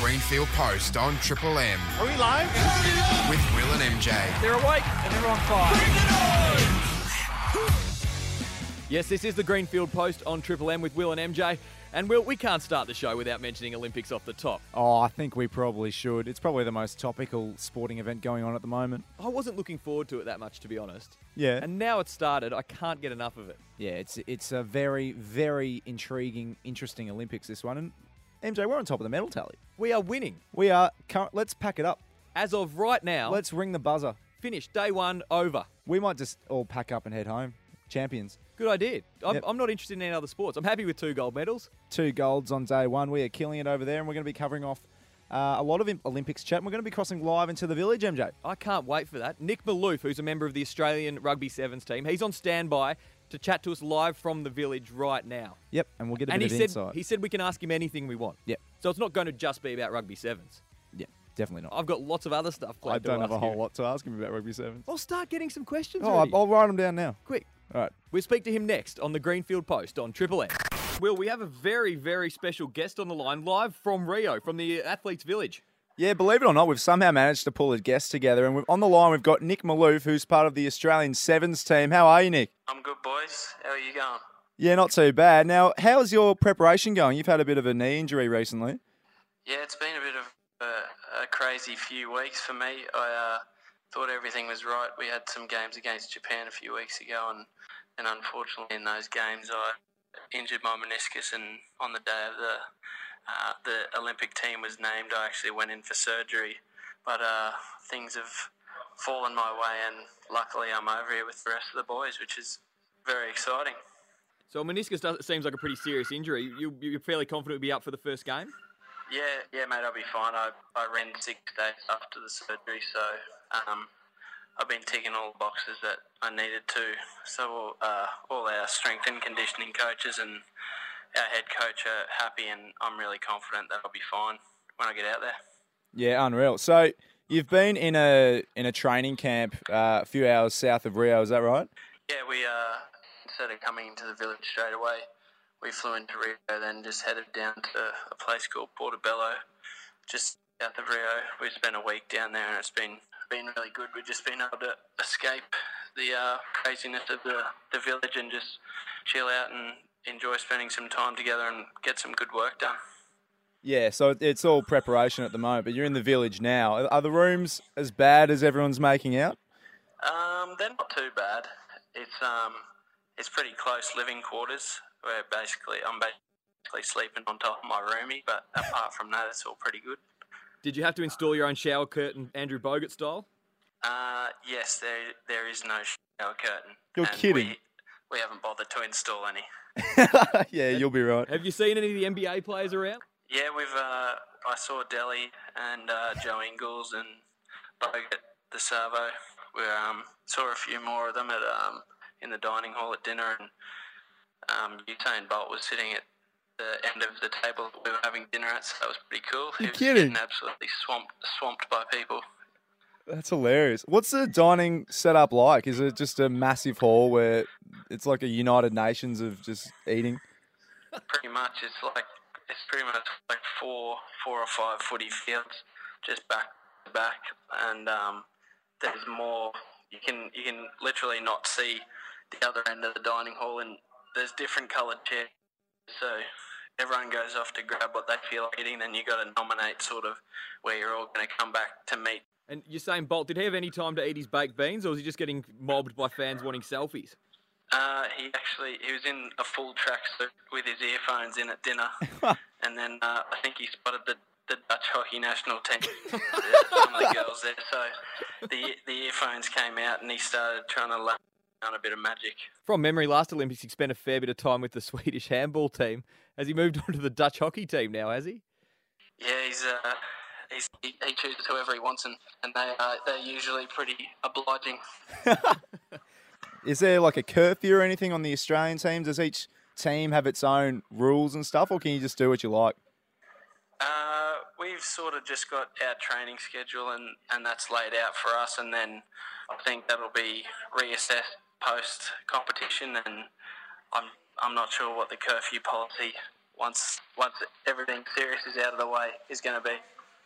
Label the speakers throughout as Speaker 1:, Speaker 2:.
Speaker 1: Greenfield Post on Triple M
Speaker 2: Are we live?
Speaker 1: with Will and MJ.
Speaker 2: They're awake and they're on fire.
Speaker 3: Yes, this is the Greenfield Post on Triple M with Will and MJ. And Will, we can't start the show without mentioning Olympics off the top.
Speaker 4: Oh, I think we probably should. It's probably the most topical sporting event going on at the moment.
Speaker 3: I wasn't looking forward to it that much, to be honest.
Speaker 4: Yeah.
Speaker 3: And now it's started, I can't get enough of it.
Speaker 4: Yeah, it's it's a very very intriguing, interesting Olympics this one. And MJ, we're on top of the medal tally.
Speaker 3: We are winning.
Speaker 4: We are. Current, let's pack it up.
Speaker 3: As of right now,
Speaker 4: Let's ring the buzzer.
Speaker 3: finish day one over.
Speaker 4: We might just all pack up and head home. Champions.
Speaker 3: Good idea. I'm,
Speaker 4: Yep.
Speaker 3: I'm not interested in any other sports. I'm happy with two gold medals.
Speaker 4: Two golds on day one. We are killing it over there, and we're going to be covering off uh, a lot of im- Olympics chat. And we're going to be crossing live into the village, MJ.
Speaker 3: I can't wait for that. Nick Maloof, who's a member of the Australian Rugby Sevens team, he's on standby to chat to us live from the village right now.
Speaker 4: Yep, and we'll get a
Speaker 3: and he
Speaker 4: bit of
Speaker 3: said
Speaker 4: insight.
Speaker 3: he said we can ask him anything we want.
Speaker 4: Yep.
Speaker 3: So it's not going to just be about rugby sevens.
Speaker 4: yeah, definitely not.
Speaker 3: I've got lots of other stuff planned.
Speaker 4: I
Speaker 3: to
Speaker 4: don't have
Speaker 3: ask
Speaker 4: a whole
Speaker 3: you.
Speaker 4: lot to ask him about rugby sevens.
Speaker 3: I'll start getting some questions.
Speaker 4: Oh, I-
Speaker 3: ready.
Speaker 4: I'll write them down now.
Speaker 3: quick.
Speaker 4: All right.
Speaker 3: We'll speak to him next on the Greenfield Post on Triple M. Will, we have a very, very special guest on the line, live from Rio, from the Athletes Village.
Speaker 4: Yeah, believe it or not, we've somehow managed to pull a guest together, and we've, on the line we've got Nick Maloof, who's part of the Australian Sevens team. How are you, Nick?
Speaker 5: I'm good, boys. How are you going?
Speaker 4: Yeah, not too bad. Now, how's your preparation going? You've had a bit of a knee injury recently.
Speaker 5: Yeah, it's been a bit of a, a crazy few weeks for me. I uh, thought everything was right. We had some games against Japan a few weeks ago, and, and unfortunately, in those games, I injured my meniscus. And on the day of the uh, the Olympic team was named, I actually went in for surgery. But uh, things have fallen my way, and luckily, I'm over here with the rest of the boys, which is very exciting.
Speaker 3: So a meniscus does, seems like a pretty serious injury. You, you're fairly confident it'll be up for the first game?
Speaker 5: Yeah, yeah, mate, I'll be fine. I, I ran six days after the surgery, so um, I've been ticking all the boxes that I needed to. So uh, all our strength and conditioning coaches and our head coach are happy, and I'm really confident that I'll be fine when I get out there.
Speaker 4: Yeah, unreal. So you've been in a in a training camp uh, a few hours south of Rio, is that right?
Speaker 5: Yeah, we uh, instead of coming into the village straight away, we flew into Rio, then just headed down to a place called Portobello, just south of Rio. We spent a week down there, and it's been been really good. We've just been able to escape the uh, craziness of the, the village and just chill out and enjoy spending some time together and get some good work done.
Speaker 4: Yeah, so it- it's all preparation at the moment, but you're in the village now. Are- Are the rooms as bad as everyone's making out?
Speaker 5: Um, they're not too bad. It's um, it's pretty close living quarters where basically I'm basically sleeping on top of my roomie, but apart from that, it's all pretty good.
Speaker 3: Did you have to install your own shower curtain, Andrew Bogut style?
Speaker 5: Uh, yes, there there is no shower curtain.
Speaker 4: You're
Speaker 5: and
Speaker 4: kidding.
Speaker 5: We, we haven't bothered to install any.
Speaker 4: yeah, you'll be right.
Speaker 3: Have you seen any of the NBA players around?
Speaker 5: Yeah, we've. Uh, I saw Delhi and uh, Joe Ingles and Bogut the Savo. We um, saw a few more of them at um, in the dining hall at dinner, and um, Usain Bolt was sitting at the end of the table we were having dinner at, so that was pretty cool. He
Speaker 4: You're
Speaker 5: was
Speaker 4: kidding.
Speaker 5: getting absolutely swamped swamped by people.
Speaker 4: That's hilarious. What's the dining setup like? Is it just a massive hall where it's like a United Nations of just eating?
Speaker 5: pretty much it's like it's pretty much like four four or five footy fields just back to back and um, there's more you can you can literally not see the other end of the dining hall and there's different coloured chairs so everyone goes off to grab what they feel like eating then you got to nominate sort of where you're all going to come back to meet
Speaker 3: And Usain Bolt, did he have any time to eat his baked beans, or was he just getting mobbed by fans wanting selfies?
Speaker 5: Uh, he actually he was in a full tracksuit with his earphones in at dinner, and then uh, I think he spotted the, the Dutch hockey national team, some of the girls there. So the the earphones came out, and he started trying to lay down a bit of magic.
Speaker 3: From memory, last Olympics he spent a fair bit of time with the Swedish handball team. Has he moved on to the Dutch hockey team now? Has he?
Speaker 5: Yeah, he's uh, he's, he, he chooses whoever he wants, and and they uh, they're usually pretty obliging.
Speaker 4: Is there like a curfew or anything on the Australian teams? Does each team have its own rules and stuff, or can you just do what you like?
Speaker 5: Uh, we've sort of just got our training schedule and, and that's laid out for us, and then I think that'll be reassessed post competition. And I'm I'm not sure what the curfew policy once once everything serious is out of the way is going to be.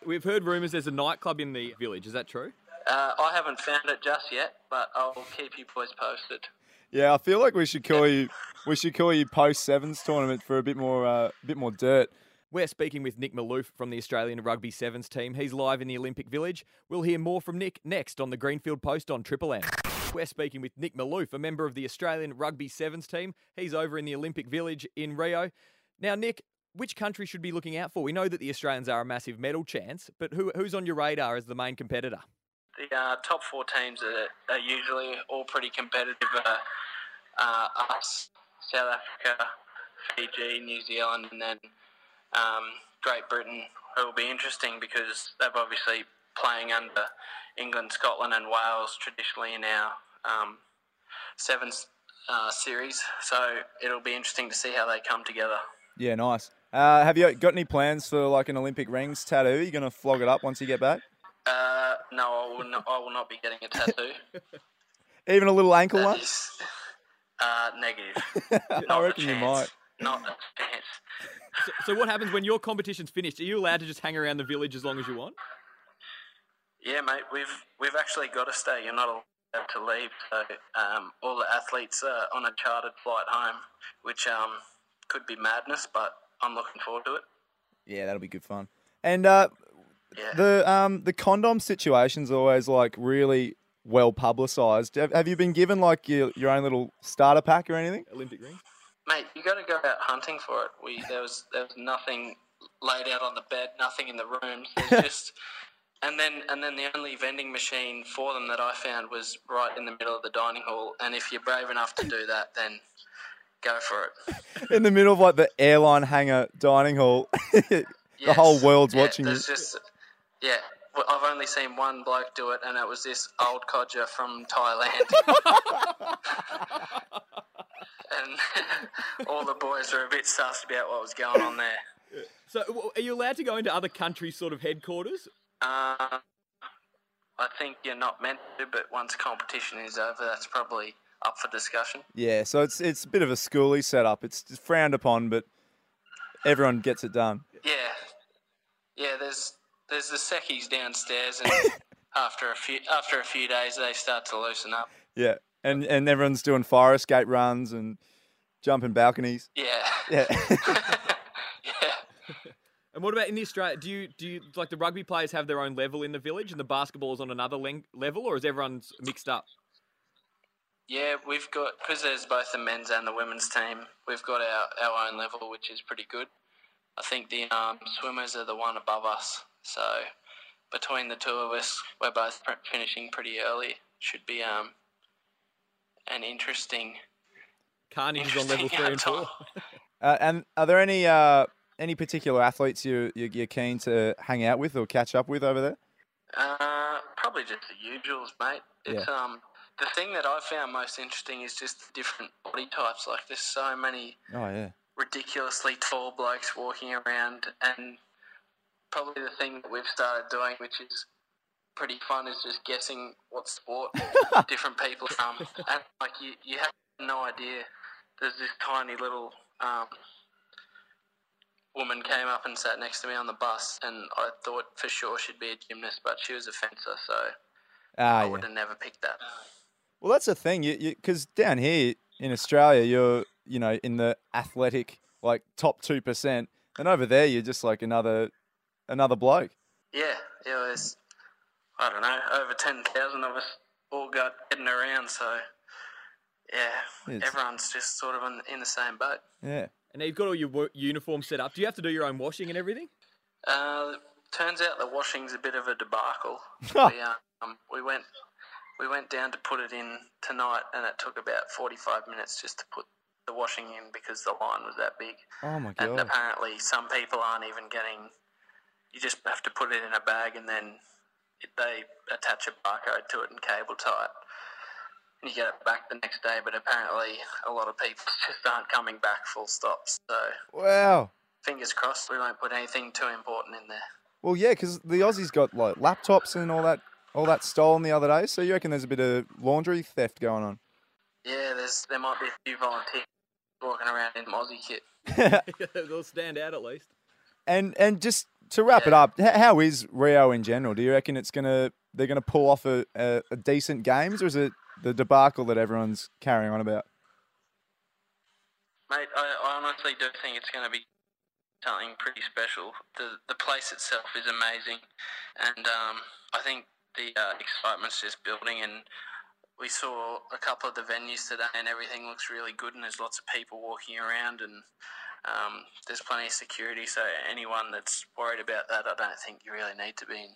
Speaker 3: We've heard rumours there's a nightclub in the village. Is that true?
Speaker 5: Uh, I haven't found it just yet, but I'll keep you boys posted.
Speaker 4: Yeah, I feel like we should call you we should call you post sevens tournament for a bit more uh, bit more dirt.
Speaker 3: We're speaking with Nick Maloof from the Australian Rugby Sevens team. He's live in the Olympic Village. We'll hear more from Nick next on the Greenfield Post on Triple M. We're speaking with Nick Maloof, a member of the Australian Rugby Sevens team. He's over in the Olympic Village in Rio. Now, Nick, which country should be looking out for? We know that the Australians are a massive medal chance, but who, who's on your radar as the main competitor?
Speaker 5: The uh, top four teams are, are usually all pretty competitive. Uh, uh, us, South Africa, Fiji, New Zealand, and then um, Great Britain. It will be interesting because they've obviously playing under England, Scotland, and Wales traditionally in our um, sevens uh, series. So it'll be interesting to see how they come together.
Speaker 4: Yeah, nice. Uh, have you got any plans for like an Olympic rings tattoo? You gonna flog it up once you get back?
Speaker 5: Uh, no, I will not, I will not be getting a tattoo.
Speaker 4: Even a little ankle
Speaker 5: That
Speaker 4: one?
Speaker 5: is uh, negative.
Speaker 4: I
Speaker 5: Not a
Speaker 4: reckon you
Speaker 5: chance.
Speaker 4: might.
Speaker 5: Not a chance.
Speaker 3: So, so what happens when your competition's finished? Are you allowed to just hang around the village as long as you want?
Speaker 5: Yeah, mate, we've we've actually got to stay. You're not allowed to leave. So um, all the athletes are on a chartered flight home, which um, could be madness, but I'm looking forward to it.
Speaker 4: Yeah, that'll be good fun. And uh,
Speaker 5: Yeah.
Speaker 4: the um, the condom situation's always like really well publicized. Have, have you been given like your, your own little starter pack or anything?
Speaker 3: Olympic ring?
Speaker 5: Mate, you got to go out hunting for it. We there was there was nothing laid out on the bed, nothing in the rooms. There's just and then and then the only vending machine for them that I found was right in the middle of the dining hall. And if you're brave enough to do that, then go for it.
Speaker 4: In the middle of like the airline hangar dining hall. The whole world's
Speaker 5: yeah,
Speaker 4: watching you.
Speaker 5: there's Just, yeah, well, I've only seen one bloke do it, and it was this old codger from Thailand. and all the boys were a bit sussed about what was going on there.
Speaker 3: So w- are you allowed to go into other countries' sort of headquarters?
Speaker 5: Uh, I think you're not meant to, but once competition is over, that's probably up for discussion.
Speaker 4: Yeah, so it's it's a bit of a schooly setup. It's just frowned upon, but everyone gets it done.
Speaker 5: Yeah, yeah. There's there's the seckies downstairs, and after a few after a few days, they start to loosen up.
Speaker 4: Yeah, and and everyone's doing fire escape runs and jumping balconies.
Speaker 5: Yeah.
Speaker 4: Yeah,
Speaker 3: And what about in the Australia? Do you do you like the rugby players have their own level in the village, and the basketball is on another len- level, or is everyone mixed up?
Speaker 5: Yeah, we've got because there's both the men's and the women's team. We've got our, our own level, which is pretty good. I think the um, swimmers are the one above us. So between the two of us, we're both pr- finishing pretty early. Should be um, an interesting,
Speaker 3: Carnage is on level
Speaker 5: interesting
Speaker 3: three and
Speaker 5: outcome.
Speaker 3: four.
Speaker 4: uh, and are there any uh, any particular athletes you you- you're keen to hang out with or catch up with over there?
Speaker 5: Uh, probably just the usuals, mate. It's um the thing that I found most interesting is just the different body types. Like there's so many
Speaker 4: Oh yeah,
Speaker 5: ridiculously tall blokes walking around and probably the thing that we've started doing which is pretty fun is just guessing what sport different people are from and like you, you have no idea there's this tiny little um, woman came up and sat next to me on the bus and i thought for sure she'd be a gymnast but she was a fencer so
Speaker 4: ah
Speaker 5: i
Speaker 4: yeah.
Speaker 5: would have never picked that
Speaker 4: Well, that's the thing, you because down here in Australia, you're you know in the athletic like top two percent, and over there you're just like another another bloke.
Speaker 5: Yeah, it was. I don't know, over ten thousand of us all got heading around. So yeah,
Speaker 4: It's-
Speaker 5: everyone's just sort of in, in the same boat.
Speaker 4: Yeah.
Speaker 3: And now you've got all your wo- uniform set up. Do you have to do your own washing and everything?
Speaker 5: Uh, turns out the washing's a bit of a debacle. we, um, we went we went down to put it in tonight, and it took about forty five minutes just to put the washing in because the line was that big.
Speaker 4: Oh my
Speaker 5: And
Speaker 4: god.
Speaker 5: Uh, apparently, some people aren't even getting. You just have to put it in a bag, and then it, they attach a barcode to it and cable tie it. And you get it back the next day, but apparently, a lot of people just aren't coming back. Full stops. So
Speaker 4: Wow.
Speaker 5: fingers crossed, we won't put anything too important in there.
Speaker 4: Well, yeah, because the Aussies got like laptops and all that, all that stolen the other day. So you reckon there's a bit of laundry theft going on?
Speaker 5: Yeah, there's there might be a few volunteers walking around in my Aussie kit.
Speaker 3: They'll stand out at least.
Speaker 6: And and just to wrap it up, h- how is Rio in general? Do you reckon it's gonna they're gonna pull off a, a, a decent games, or is it the debacle that everyone's carrying on about?
Speaker 5: Mate, I, I honestly do think it's going to be something pretty special. The the place itself is amazing, and um, I think the uh, excitement's just building. And we saw a couple of the venues today, and everything looks really good. And there's lots of people walking around, and um, there's plenty of security. So anyone that's worried about that, I don't think you really need to be. And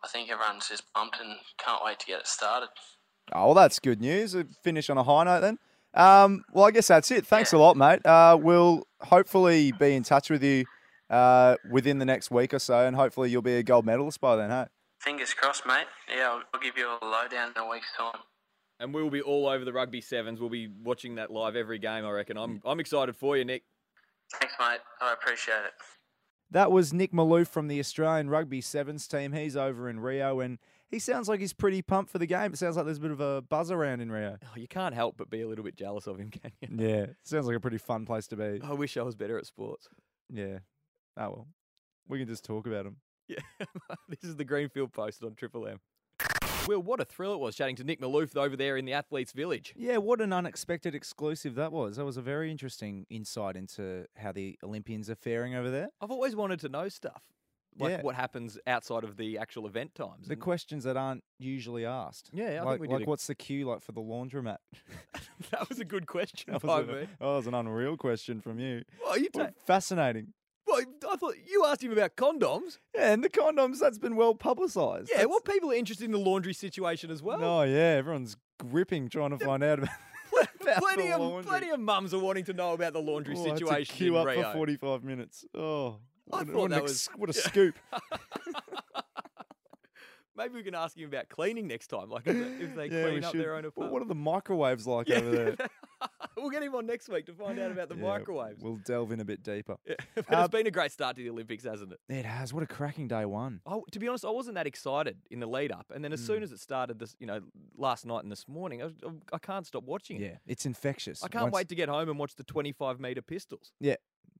Speaker 5: I think everyone's just pumped and can't wait to get it started.
Speaker 6: Oh, well, that's good news. We'll finish on a high note then. Um, well, I guess that's it. Thanks a lot, mate. Uh, we'll hopefully be in touch with you uh, within the next week or so, and hopefully you'll be a gold medalist by then, hey?
Speaker 5: Fingers crossed, mate. Yeah, I'll, I'll give you a lowdown in a week's time.
Speaker 3: And we'll be all over the rugby sevens. We'll be watching that live every game, I reckon. I'm I'm excited for you, Nick.
Speaker 5: Thanks, mate. I appreciate it.
Speaker 6: That was Nick Maloof from the Australian Rugby Sevens team. He's over in Rio, and he sounds like he's pretty pumped for the game. It sounds like there's a bit of a buzz around in Rio.
Speaker 3: Oh, you can't help but be a little bit jealous of him, can you?
Speaker 6: Yeah, sounds like a pretty fun place to be.
Speaker 3: I wish I was better at sports.
Speaker 6: Yeah. Oh well, we can just talk about him.
Speaker 3: Yeah, this is the Greenfield Post on Triple M. Well, what a thrill it was chatting to Nick Maloof over there in the Athletes Village.
Speaker 4: Yeah, what an unexpected exclusive that was. That was a very interesting insight into how the Olympians are faring over there.
Speaker 3: I've always wanted to know stuff, like
Speaker 4: Yeah.
Speaker 3: what happens outside of the actual event times.
Speaker 4: The
Speaker 3: and-
Speaker 4: questions that aren't usually asked.
Speaker 3: Mm-hmm. Yeah, I think
Speaker 4: like,
Speaker 3: we did
Speaker 4: like
Speaker 3: a-
Speaker 4: what's the queue like for the laundromat?
Speaker 3: that was a good question
Speaker 6: That
Speaker 3: by
Speaker 6: was, a-
Speaker 3: me.
Speaker 6: that was an unreal question from you.
Speaker 3: Well, you
Speaker 6: Well,
Speaker 3: ta-
Speaker 6: fascinating.
Speaker 3: well, I thought you asked him about condoms.
Speaker 6: Yeah, and the condoms, that's been well publicised.
Speaker 3: Yeah, well, people are interested in the laundry situation as well.
Speaker 6: Oh, yeah, everyone's gripping trying to find out about, about
Speaker 3: plenty
Speaker 6: the
Speaker 3: of
Speaker 6: laundry.
Speaker 3: plenty of mums are wanting to know about the laundry
Speaker 6: Oh, I had to
Speaker 3: situation
Speaker 6: queue
Speaker 3: in
Speaker 6: up
Speaker 3: Rio.
Speaker 6: for 45 minutes. Oh,
Speaker 3: I
Speaker 6: what, an-
Speaker 3: thought
Speaker 6: what an
Speaker 3: that
Speaker 6: ex-
Speaker 3: was-
Speaker 6: what a
Speaker 3: yeah.
Speaker 6: scoop.
Speaker 3: Maybe we can ask him about cleaning next time, like if they, if they
Speaker 6: Yeah, we
Speaker 3: clean up
Speaker 6: should.
Speaker 3: their own
Speaker 6: Well,
Speaker 3: apartment.
Speaker 6: what are the microwaves like
Speaker 3: Yeah.
Speaker 6: over there?
Speaker 3: we'll get him on next week to find out about the
Speaker 6: Yeah,
Speaker 3: microwaves.
Speaker 6: We'll delve in a bit deeper.
Speaker 3: Yeah, but
Speaker 6: Uh,
Speaker 3: it's been a great start to the Olympics, hasn't it?
Speaker 4: It has. What a cracking day one.
Speaker 3: Oh, to be honest, I wasn't that excited in the lead up, and then as
Speaker 4: Mm.
Speaker 3: soon as it started, this you know last night and this morning, I, was- I can't stop watching it.
Speaker 4: Yeah, it's infectious.
Speaker 3: I can't
Speaker 4: Once-
Speaker 3: wait to get home and watch the 25 meter pistols.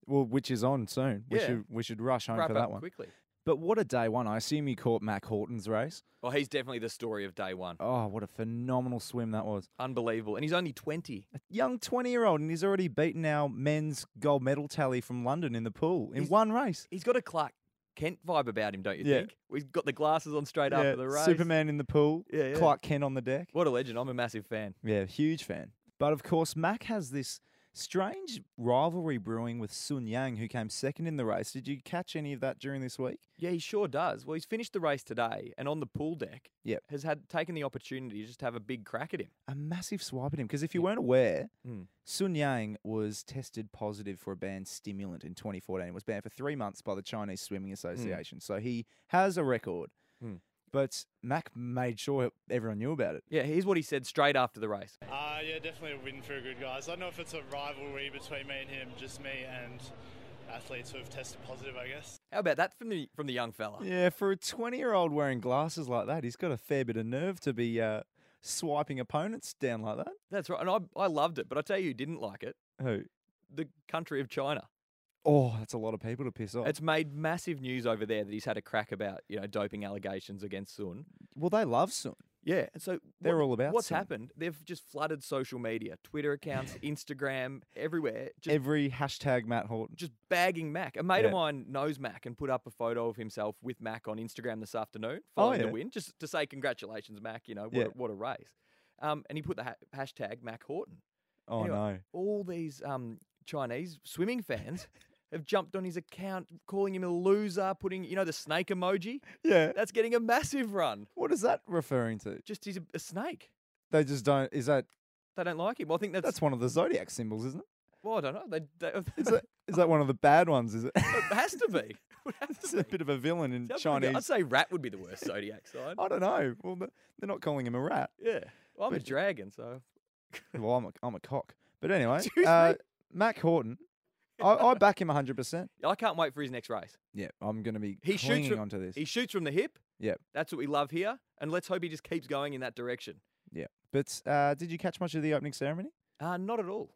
Speaker 4: Well, which is on soon. We
Speaker 3: Yeah.
Speaker 4: should we should rush home
Speaker 3: Wrap
Speaker 4: for
Speaker 3: up
Speaker 4: that one.
Speaker 3: quickly.
Speaker 4: But what a day one! I assume you caught Mac Horton's race.
Speaker 3: Oh, he's definitely the story of day one.
Speaker 4: Oh, what a phenomenal swim that was!
Speaker 3: Unbelievable, and he's only 20.
Speaker 4: A young twenty-year-old, and he's already beaten our men's gold medal tally from London in the pool in
Speaker 3: He's-
Speaker 4: one race.
Speaker 3: He's got a Clark Kent vibe about him, don't you
Speaker 6: Yeah.
Speaker 3: think? He's got the glasses on straight
Speaker 6: Yeah,
Speaker 3: after the race.
Speaker 6: Superman in the pool.
Speaker 3: Yeah, yeah.
Speaker 6: Clark Kent on the deck.
Speaker 3: What a legend! I'm a massive fan.
Speaker 4: Yeah, huge fan. But of course, Mac has this strange rivalry brewing with Sun Yang, who came second in the race. Did you catch any of that during this week?
Speaker 3: Yeah, he sure does. Well, he's finished the race today, and on the pool deck,
Speaker 4: Yep.
Speaker 3: has had taken the opportunity to just have a big crack at him.
Speaker 4: A massive swipe at him because if you weren't aware,
Speaker 3: Mm.
Speaker 4: Sun Yang was tested positive for a banned stimulant in 2014. It was banned for three months by the Chinese Swimming Association, so he has a record.
Speaker 3: Mm.
Speaker 4: But Mac made sure everyone knew about it.
Speaker 3: Yeah, here's what he said straight after the race.
Speaker 7: Uh, yeah, definitely a win for a good guys. I don't know if it's a rivalry between me and him, just me and athletes who have tested positive, I guess.
Speaker 3: How about that from the from the young fella?
Speaker 6: Yeah, for a 20 year old wearing glasses like that, he's got a fair bit of nerve to be uh, swiping opponents down like that.
Speaker 3: That's right. And I, I loved it, but I tell you who didn't like it.
Speaker 6: Who?
Speaker 3: The country of China.
Speaker 6: Oh, that's a lot of people to piss off.
Speaker 3: It's made massive news over there that he's had a crack about, you know, doping allegations against Sun.
Speaker 4: Well, they love Sun.
Speaker 3: Yeah. And so
Speaker 6: They're all about
Speaker 3: what's
Speaker 6: Sun.
Speaker 3: happened. They've just flooded social media, Twitter accounts, Instagram, everywhere. Just
Speaker 6: Every hashtag Matt Horton.
Speaker 3: just bagging Mac. A mate of
Speaker 6: Yeah.
Speaker 3: mine knows Mac and put up a photo of himself with Mac on Instagram this afternoon
Speaker 6: Oh,
Speaker 3: following
Speaker 6: yeah.
Speaker 3: the win, just to say congratulations, Mac. You know what,
Speaker 6: Yeah.
Speaker 3: a, what a race. Um, and he put the ha- hashtag Mac Horton.
Speaker 6: Oh,
Speaker 3: Anyway,
Speaker 6: no.
Speaker 3: All these um, Chinese swimming fans have jumped on his account, calling him a loser, putting you know the snake emoji.
Speaker 6: Yeah.
Speaker 3: That's getting a massive run.
Speaker 6: What is that referring to?
Speaker 3: Just he's a, a snake.
Speaker 6: They just don't. Is that.
Speaker 3: They don't like him. I think that's,
Speaker 6: That's one of the zodiac symbols, isn't it?
Speaker 3: well, I don't know. They, they,
Speaker 6: Is that, is that one of the bad ones? Is it?
Speaker 3: it has to be. It has
Speaker 6: It's
Speaker 3: to
Speaker 6: a
Speaker 3: be.
Speaker 6: bit of a villain in
Speaker 3: It's up to the-
Speaker 6: Chinese.
Speaker 3: I'd say rat would be the worst zodiac sign.
Speaker 4: Oh,
Speaker 6: I don't know. Well, th- they're not calling him a rat.
Speaker 3: Yeah. Well, I'm a
Speaker 6: But-
Speaker 3: dragon, so
Speaker 6: Well, I'm a, I'm a cock. But anyway,
Speaker 3: Excuse
Speaker 6: uh, Mac Horton, I, I back him 100%.
Speaker 3: I can't wait for his next race.
Speaker 4: Yeah, I'm going to be
Speaker 3: He shoots
Speaker 4: clinging
Speaker 3: from-
Speaker 4: onto this.
Speaker 3: He shoots from the hip.
Speaker 4: Yep.
Speaker 3: That's what we love here. And let's hope he just keeps going in that direction.
Speaker 4: yeah, but uh, did you catch much of the opening ceremony?
Speaker 3: Uh, not at all.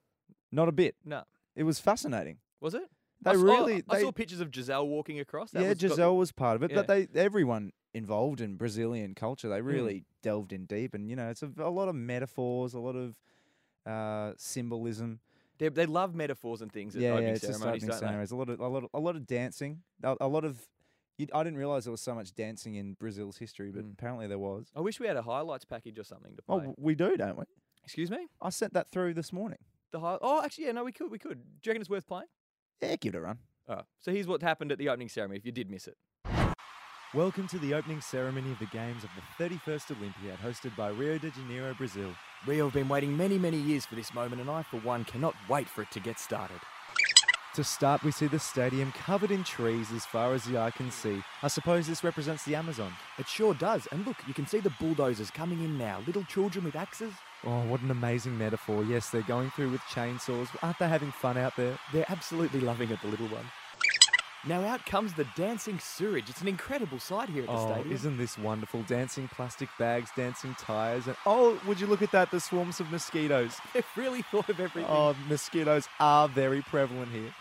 Speaker 4: Not a bit.
Speaker 3: No.
Speaker 4: It was fascinating.
Speaker 3: Was it?
Speaker 4: They
Speaker 3: I saw,
Speaker 4: really-
Speaker 3: I
Speaker 4: they-
Speaker 3: saw pictures of Giselle walking across. That
Speaker 4: yeah,
Speaker 3: was got-
Speaker 4: Giselle was part of it, but
Speaker 3: Yeah. Mm.
Speaker 4: they everyone involved in Brazilian culture. They really delved in deep, and you know, it's a, a lot of metaphors, a lot of uh, symbolism.
Speaker 3: They, they love metaphors and things at
Speaker 4: yeah,
Speaker 3: opening
Speaker 4: yeah, it's just
Speaker 3: ceremonies,
Speaker 4: opening
Speaker 3: don't they?
Speaker 4: ceremonies. A lot of a lot of a lot of dancing. A, a lot of you, I didn't realize there was so much dancing in Brazil's history, but
Speaker 3: Mm.
Speaker 4: apparently there was.
Speaker 3: I wish we had a highlights package or something to
Speaker 4: Oh,
Speaker 3: play.
Speaker 4: w- we do, don't we?
Speaker 3: Excuse me?
Speaker 4: I sent that through this morning.
Speaker 3: The high- Oh, actually, yeah, no, we could. We could. Do you reckon it's worth playing?
Speaker 4: Yeah, give it a run.
Speaker 3: Oh, so here's what happened at the opening ceremony. If you did miss it,
Speaker 4: Welcome to the opening ceremony of the Games of the 31st Olympiad, hosted by Rio de Janeiro, Brazil.
Speaker 3: Rio have been waiting many, many years for this moment, and I, for one, cannot wait for it to get started.
Speaker 4: To start, we see the stadium covered in trees as far as the eye can see. I suppose this represents the Amazon.
Speaker 3: It sure does. And look, you can see the bulldozers coming in now. Little children with axes.
Speaker 4: Oh, what an amazing metaphor. Yes, they're going through with chainsaws. Aren't they having fun out there?
Speaker 3: They're absolutely loving it, the little one. Now out comes the dancing sewage. It's an incredible sight here at the
Speaker 4: oh,
Speaker 3: stadium.
Speaker 4: isn't this wonderful? Dancing plastic bags, dancing tires, and oh, would you look at that? The swarms of mosquitoes.
Speaker 3: They've really thought of everything.
Speaker 4: Oh, mosquitoes are very prevalent here.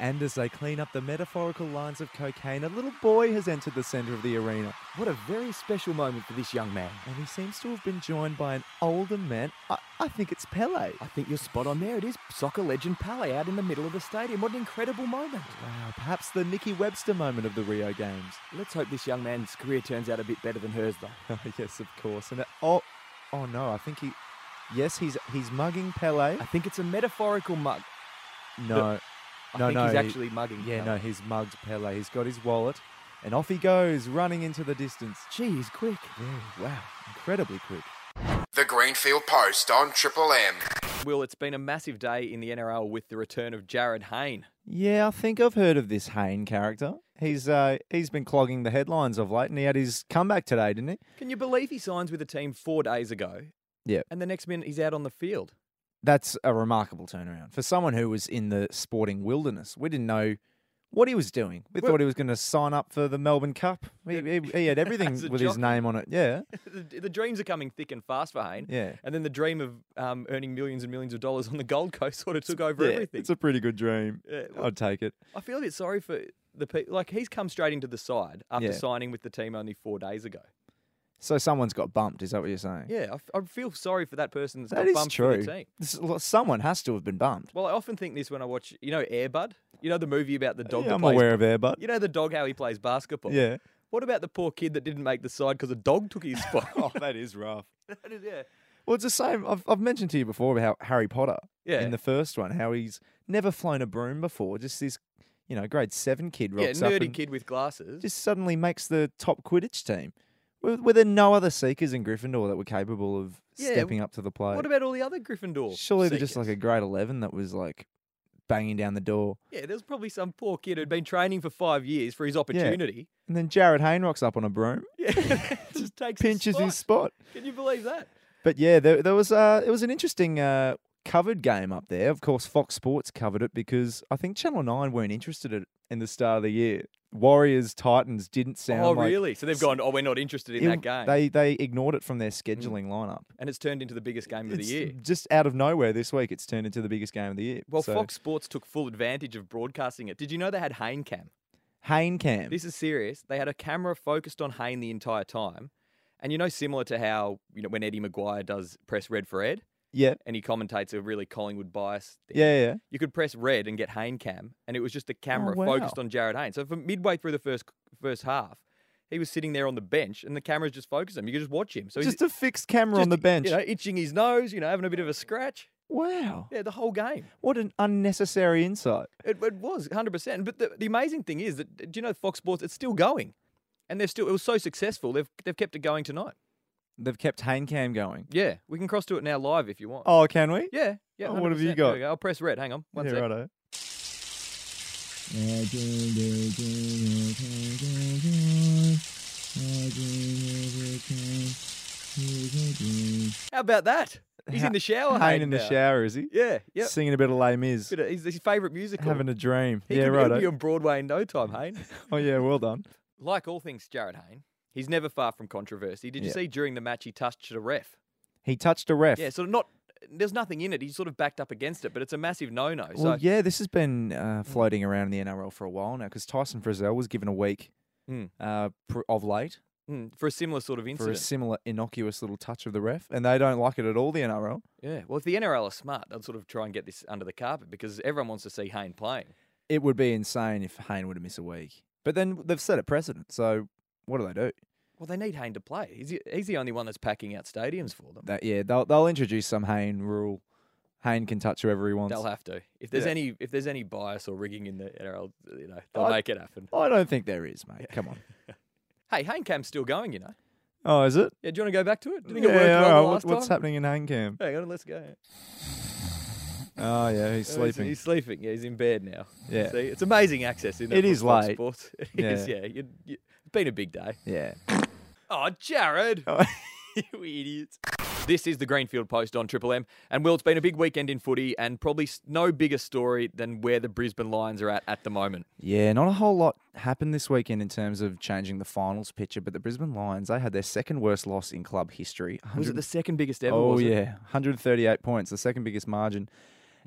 Speaker 4: And as they clean up the metaphorical lines of cocaine, a little boy has entered the centre of the arena.
Speaker 3: What a very special moment for this young man.
Speaker 4: And he seems to have been joined by an older man. I, I think it's Pele.
Speaker 3: I think you're spot on there. It is soccer legend Pele out in the middle of the stadium. What an incredible moment.
Speaker 4: Wow, perhaps the Nicky Webster moment of the Rio Games.
Speaker 3: Let's hope this young man's career turns out a bit better than hers, though.
Speaker 4: yes, of course. And uh, oh, oh no, I think he. Yes, he's he's mugging Pele.
Speaker 3: I think it's a metaphorical mug.
Speaker 4: No,
Speaker 3: I
Speaker 4: no,
Speaker 3: think
Speaker 4: no.
Speaker 3: he's
Speaker 4: he-
Speaker 3: actually mugging.
Speaker 4: yeah,
Speaker 3: Pele.
Speaker 4: no, he's mugged Pele. He's got his wallet, and off he goes, running into the distance.
Speaker 3: Gee, he's quick.
Speaker 4: Very wow, incredibly quick.
Speaker 1: The Greenfield Post on Triple M.
Speaker 3: Will, it's been a massive day in the NRL with the return of Jared Hayne.
Speaker 4: Yeah, I think I've heard of this Hayne character. He's uh, he's been clogging the headlines of late, and he had his comeback today, didn't he?
Speaker 3: Can you believe he signs with a team four days ago?
Speaker 4: Yeah.
Speaker 3: And the next minute he's out on the field.
Speaker 4: That's a remarkable turnaround for someone who was in the sporting wilderness. We didn't know what he was doing. We
Speaker 3: Well-
Speaker 4: thought he was going to sign up for the Melbourne Cup. He, he, he had everything
Speaker 3: As a
Speaker 4: with his
Speaker 3: jockey.
Speaker 4: name on it. Yeah,
Speaker 3: the, the dreams are coming thick and fast for Hayne.
Speaker 4: yeah.
Speaker 3: And then the dream of um, earning millions and millions of dollars on the Gold Coast sort of took over everything.
Speaker 4: It's a pretty good dream.
Speaker 3: Yeah, well-
Speaker 4: I'd take it.
Speaker 3: I feel a bit sorry for the people. Like he's come straight into the side after
Speaker 4: Yeah.
Speaker 3: signing with the team only four days ago.
Speaker 4: So someone's got bumped. Is that what you're saying?
Speaker 3: Yeah, I f- I, feel sorry for that person that's
Speaker 4: that
Speaker 3: got
Speaker 4: is
Speaker 3: bumped for
Speaker 4: true.
Speaker 3: the team.
Speaker 4: This- well, Someone has to have been bumped.
Speaker 3: Well, I often think this when I watch, you know, Airbud. You know the movie about the dog.
Speaker 4: Yeah,
Speaker 3: that
Speaker 4: I'm
Speaker 3: plays,
Speaker 4: aware of Airbud.
Speaker 3: You know the dog how he plays basketball.
Speaker 4: Yeah.
Speaker 3: What about the poor kid that didn't make the side because a dog took his spot?
Speaker 4: that is rough.
Speaker 3: Oh, That is- yeah.
Speaker 4: Well, it's the same. I've, I've mentioned to you before about Harry Potter
Speaker 3: Yeah.
Speaker 4: in the first one, how he's never flown a broom before. Just this, you know, grade seven kid
Speaker 3: Yeah,
Speaker 4: rocks up
Speaker 3: nerdy
Speaker 4: and
Speaker 3: kid with glasses.
Speaker 4: just suddenly makes the top Quidditch team. Were, were there no other Seekers in Gryffindor that were capable of
Speaker 3: Yeah,
Speaker 4: stepping up to the plate?
Speaker 3: what about all the other Gryffindor?
Speaker 4: Surely they're just like
Speaker 3: seekers?
Speaker 4: a grade 11 that was like banging down the door.
Speaker 3: Yeah, there was probably some poor kid who'd been training for five years for his opportunity.
Speaker 4: And then Jared Hayne rocks up on a broom,
Speaker 3: Yeah. just takes his
Speaker 4: pinches his
Speaker 3: spot.
Speaker 4: spot.
Speaker 3: Can you believe that?
Speaker 4: But yeah, there, there was uh, it was an interesting uh, covered game up there. Of course, Fox Sports covered it because I think Channel Nine weren't interested in, it in the start of the year. Warriors Titans didn't sound.
Speaker 3: Oh,
Speaker 4: like-
Speaker 3: really? So they've gone, oh, we're not interested in
Speaker 4: it-
Speaker 3: that game.
Speaker 4: They they ignored it from their scheduling lineup.
Speaker 3: and it's turned into the biggest game of the
Speaker 4: It's
Speaker 3: year.
Speaker 4: Just out of nowhere this week, it's turned into the biggest game of the year.
Speaker 3: Well,
Speaker 4: So,
Speaker 3: Fox Sports took full advantage of broadcasting it. Did you know they had Hayne Cam?
Speaker 4: Hayne Cam.
Speaker 3: This is serious. They had a camera focused on Hayne the entire time. And you know, similar to how, you know, when Eddie Maguire does press red for Ed
Speaker 4: yeah,
Speaker 3: and he commentates a really Collingwood bias thing.
Speaker 4: yeah, yeah.
Speaker 3: You could press red and get Hayne Cam, and it was just the camera
Speaker 4: Oh, wow.
Speaker 3: focused on Jared Hayne. So from midway through the first first half, he was sitting there on the bench, and the camera's just focused on him. You could just watch him. So he's
Speaker 4: Just a fixed camera on
Speaker 3: just,
Speaker 4: the bench.
Speaker 3: you know, itching his nose, you know, having a bit of a scratch.
Speaker 4: wow,
Speaker 3: Yeah, the whole game.
Speaker 4: what an unnecessary insight.
Speaker 3: It, it was 100%. But the, the amazing thing is that, do you know, Fox Sports, it's still going. And they're still, it was so successful, they've, they've kept it going tonight.
Speaker 4: They've kept Hayne Cam going.
Speaker 3: Yeah, we can cross to it now live if you want.
Speaker 4: Oh, can we?
Speaker 3: Yeah, yeah.
Speaker 4: Oh, what have you
Speaker 3: 100%. There we
Speaker 4: got?
Speaker 3: go. I'll press red. Hang on. One
Speaker 4: yeah,
Speaker 3: sec.
Speaker 4: righto.
Speaker 3: How about that? He's
Speaker 4: Ha-
Speaker 3: in the shower.
Speaker 4: Hayne in the
Speaker 3: now.
Speaker 4: shower, is he?
Speaker 3: Yeah, yeah.
Speaker 4: Singing a bit of Les Mis.
Speaker 3: Bit of- He's his favourite musical.
Speaker 4: Having a dream.
Speaker 3: he
Speaker 4: yeah,
Speaker 3: could, He'll be
Speaker 4: right.
Speaker 3: on Broadway in no time, Hayne.
Speaker 4: Oh, yeah, well done.
Speaker 3: like all things Jared Hayne, he's never far from controversy. Did you
Speaker 4: Yeah.
Speaker 3: see during the match he touched a ref?
Speaker 4: He touched a ref.
Speaker 3: Yeah, sort of not there's nothing in it. He sort of backed up against it, but it's a massive no-no.
Speaker 4: Well,
Speaker 3: so
Speaker 4: yeah, this has been uh, floating around in the NRL for a while now because Tyson Frizzell was given a week
Speaker 3: Mm.
Speaker 4: uh, pr- of late
Speaker 3: mm, for a similar sort of
Speaker 4: Hmm, for a
Speaker 3: incident,
Speaker 4: similar innocuous little touch of the ref, and they don't like it at all. The NRL.
Speaker 3: yeah. Well, if the NRL are smart, they'd sort of try and get this under the carpet because everyone wants to see Hayne playing.
Speaker 4: It would be insane if Hayne were to miss a week, but then they've set a precedent. So what do they do?
Speaker 3: Well, they need Hayne to play. He's the, he's the only one that's packing out stadiums for them.
Speaker 4: That yeah, they'll they'll introduce some Hayne rule. Hayne can touch whoever he wants.
Speaker 3: They'll have to. If there's
Speaker 4: Yeah.
Speaker 3: any if there's any bias or rigging in the NRL, you know, they'll
Speaker 4: I-
Speaker 3: make it happen.
Speaker 4: I don't think there is, mate. Come on.
Speaker 3: Hey, Hayne Camp's still going, you know.
Speaker 4: Oh, is it?
Speaker 3: Yeah, do you want to go back to it? Do you think it worked
Speaker 4: yeah,
Speaker 3: well
Speaker 4: all
Speaker 3: the
Speaker 4: right,
Speaker 3: last
Speaker 4: what- what's
Speaker 3: time?
Speaker 4: happening in Hayne camp?
Speaker 3: Hang on, let's go.
Speaker 4: Oh yeah, he's
Speaker 3: Oh, he's-
Speaker 4: sleeping.
Speaker 3: He's, sleeping. Yeah, he's in bed now.
Speaker 4: Yeah.
Speaker 3: See, it's amazing access, isn't it?
Speaker 4: It
Speaker 3: for
Speaker 4: is
Speaker 3: Fox
Speaker 4: late.
Speaker 3: Sports? It is, yeah. You, you, it's been a big day.
Speaker 4: yeah.
Speaker 3: Oh, Jared. you idiots. This is the Greenfield Post on Triple M. And, Will, it's been a big weekend in footy and probably s- no bigger story than where the Brisbane Lions are at at the moment.
Speaker 4: Yeah, not a whole lot happened this weekend in terms of changing the finals picture, but the Brisbane Lions, they had their second worst loss in club history.
Speaker 3: Was it
Speaker 4: 100
Speaker 3: the second biggest ever?
Speaker 4: Oh
Speaker 3: was it?
Speaker 4: yeah, 138 points, the second biggest margin.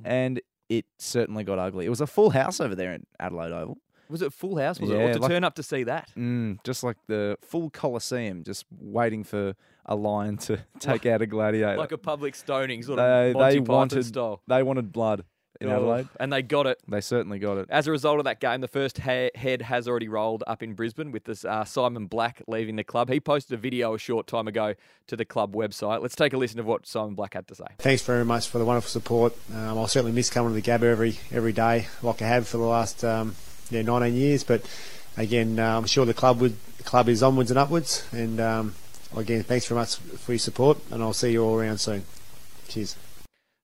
Speaker 3: Hmm.
Speaker 4: And it certainly got ugly. It was a full house over there in Adelaide Oval.
Speaker 3: Was it full house? Was it? Or
Speaker 4: Yeah,
Speaker 3: to
Speaker 4: like-
Speaker 3: turn up to see that?
Speaker 4: Mm, just like the full Colosseum, just waiting for a lion to take out a gladiator.
Speaker 3: Like a public stoning, sort
Speaker 4: they,
Speaker 3: of Monty
Speaker 4: they
Speaker 3: Python
Speaker 4: wanted
Speaker 3: style.
Speaker 4: they wanted blood in
Speaker 3: Oh,
Speaker 4: Adelaide.
Speaker 3: And they got it.
Speaker 4: They certainly got it.
Speaker 3: As a result of that game, the first he- head has already rolled up in Brisbane with this uh, Simon Black leaving the club. He posted a video a short time ago to the club website. Let's take a listen of what Simon Black had to say.
Speaker 8: Thanks very much for the wonderful support. Um, I'll certainly miss coming to the Gabba every every day, like I have for the last um, yeah 19 years. But again, uh, I'm sure the club would the club is onwards and upwards. And um, again, thanks very much for your support, and I'll see you all around soon. Cheers.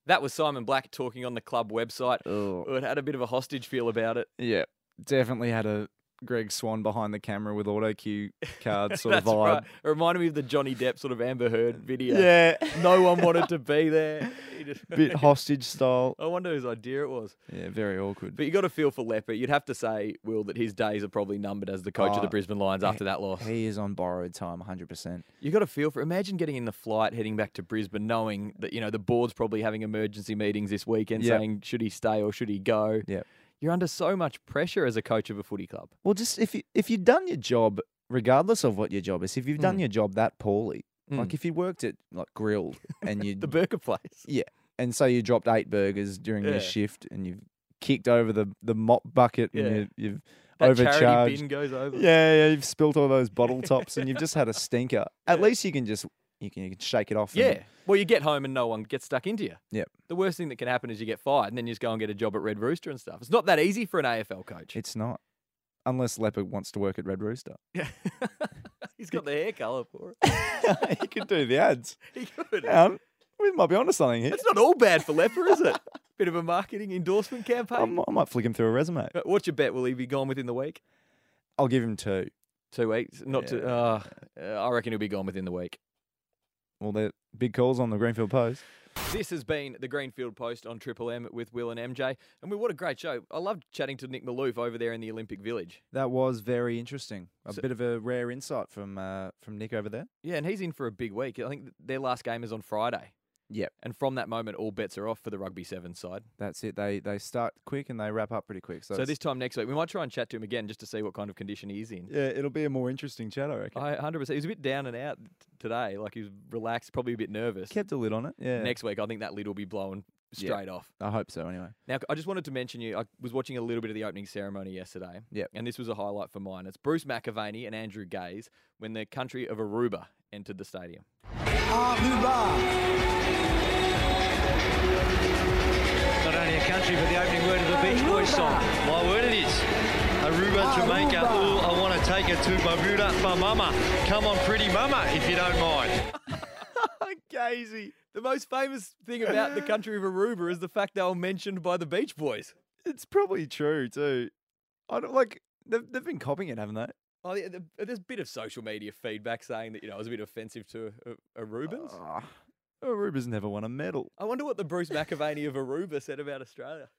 Speaker 3: That was Simon Black talking on the club website. It had a bit of a hostage feel about it.
Speaker 4: Yeah, definitely had a Greg Swan behind the camera with auto cue card sort of
Speaker 3: That's
Speaker 4: vibe.
Speaker 3: right. It reminded me of the Johnny Depp sort of Amber Heard video.
Speaker 4: Yeah,
Speaker 3: No one wanted to be there. He just- Oh.
Speaker 4: bit hostage style.
Speaker 3: I wonder whose idea it was.
Speaker 4: Yeah, very awkward.
Speaker 3: But you got a feel for Leper. You'd have to say, Will, that his days are probably numbered as the coach of the
Speaker 4: Oh,
Speaker 3: Brisbane Lions after that loss.
Speaker 4: he is on borrowed time, 100. percent
Speaker 3: You got a feel for. Imagine getting in the flight heading back to Brisbane, knowing that you know the board's probably having emergency meetings this weekend,
Speaker 4: Yep.
Speaker 3: saying should he stay or should he go.
Speaker 4: Yep.
Speaker 3: You're under so much pressure as a coach of a footy club.
Speaker 4: Well, just if you if you've done your job, regardless of what your job is, if you've
Speaker 3: Hmm.
Speaker 4: done your job that poorly, like if you worked at like grilled and you
Speaker 3: The burger place.
Speaker 4: yeah, and say you dropped eight burgers during
Speaker 3: Yeah.
Speaker 4: your shift and you've kicked over the the mop bucket
Speaker 3: Yeah.
Speaker 4: and you, you've
Speaker 3: That charity
Speaker 4: overcharged.
Speaker 3: bin goes over.
Speaker 4: Yeah, yeah, you've spilt all those bottle tops and you've just had a stinker. At least you can just you can, you can shake it off. and-
Speaker 3: Yeah. Well, you get home and no one gets stuck into you.
Speaker 4: Yep.
Speaker 3: The worst thing that can happen is you get fired and then you just go and get a job at Red Rooster and stuff. It's not that easy for an AFL coach.
Speaker 4: it's not. Unless Leopard wants to work at Red Rooster.
Speaker 3: He's got the hair colour for it.
Speaker 4: he could do the ads.
Speaker 3: He could.
Speaker 4: Um, we might be onto something here.
Speaker 3: It's not all bad for Leper, is it? Bit of a marketing endorsement campaign.
Speaker 4: I might, I might flick him through a resume.
Speaker 3: But What's your bet? Will he be gone within the week?
Speaker 4: I'll give him two.
Speaker 3: Two weeks? Not to. Uh, uh, I reckon he'll be gone within the week.
Speaker 4: Well, they're big calls on the Greenfield Post.
Speaker 3: This has been the Greenfield Post on Triple M with Will and MJ. And we, what a great show. I loved chatting to Nick Maloof over there in the Olympic Village.
Speaker 4: That was very interesting. A
Speaker 3: So-
Speaker 4: bit of a rare insight from uh, from Nick over there.
Speaker 3: Yeah, and he's in for a big week. I think th- their last game is on Friday.
Speaker 4: Yep.
Speaker 3: And from that moment, all bets are off for the Rugby Sevens side.
Speaker 4: That's it. They they start quick and they wrap up pretty quick. So,
Speaker 3: So
Speaker 4: it's-
Speaker 3: this time next week, we might try and chat to him again just to see what kind of condition he's in.
Speaker 4: yeah, it'll be a more interesting chat, I reckon.
Speaker 3: I 100%. He was a bit down and out t- today. Like he was relaxed, probably a bit nervous.
Speaker 4: Kept a lid on it. Yeah.
Speaker 3: Next week, I think that lid will be blown
Speaker 4: Yeah.
Speaker 3: straight off.
Speaker 4: I hope so. Anyway.
Speaker 3: Now, I just wanted to mention you. I was watching a little bit of the opening ceremony yesterday.
Speaker 4: Yep.
Speaker 3: And this was a highlight for mine. It's Bruce McAvaney and Andrew Gaze when the country of Aruba entered the stadium.
Speaker 2: Not only a country, but the opening word of the Beach Boys song. My word it is. Aruba, Jamaica. Ooh, I want to take her to Bermuda for mama. Come on, pretty mama, if you don't mind.
Speaker 4: Gazy.
Speaker 3: The most famous thing about the country of Aruba is the fact they were mentioned by the Beach Boys.
Speaker 4: It's probably true too. I don't like they've, they've been copying it, haven't they?
Speaker 3: Oh, yeah, the- there's a bit of social media feedback saying that you know it was a bit offensive to uh, Arubans.
Speaker 4: Ah, Aruba's never won a medal.
Speaker 3: I wonder what the Bruce McAvaney of Aruba said about Australia.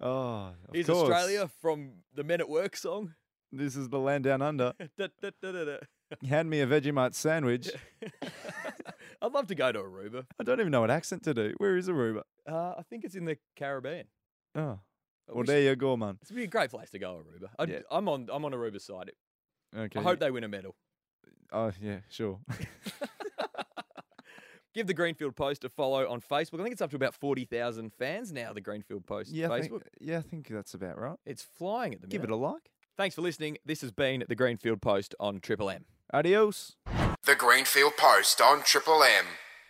Speaker 4: Oh, of
Speaker 3: Is
Speaker 4: course.
Speaker 3: Australia from the Men at Work song?
Speaker 4: This is the land down under.
Speaker 3: Da, da, da, da, da.
Speaker 4: Hand me a Vegemite sandwich.
Speaker 3: I'd love to go to Aruba.
Speaker 4: I don't even know what accent to do. Where is Aruba?
Speaker 3: Uh, I think it's in the Caribbean.
Speaker 4: Oh,
Speaker 3: I
Speaker 4: well,
Speaker 3: wish-
Speaker 4: there you go, man.
Speaker 3: It's be a great place to go, Aruba. I'd,
Speaker 4: Yeah.
Speaker 3: I'm on I'm on Aruba's side.
Speaker 4: Okay.
Speaker 3: I hope they win a medal.
Speaker 4: Oh, yeah, sure.
Speaker 3: Give the Greenfield Post a follow on Facebook. I think it's up to about forty thousand fans now. The Greenfield Post
Speaker 4: yeah, I
Speaker 3: Facebook.
Speaker 4: think, yeah, I think that's about right.
Speaker 3: It's flying at the minute.
Speaker 4: Give it a like.
Speaker 3: Thanks for listening. This has been the Greenfield Post on Triple M.
Speaker 4: Adios.
Speaker 1: The Greenfield Post on Triple M.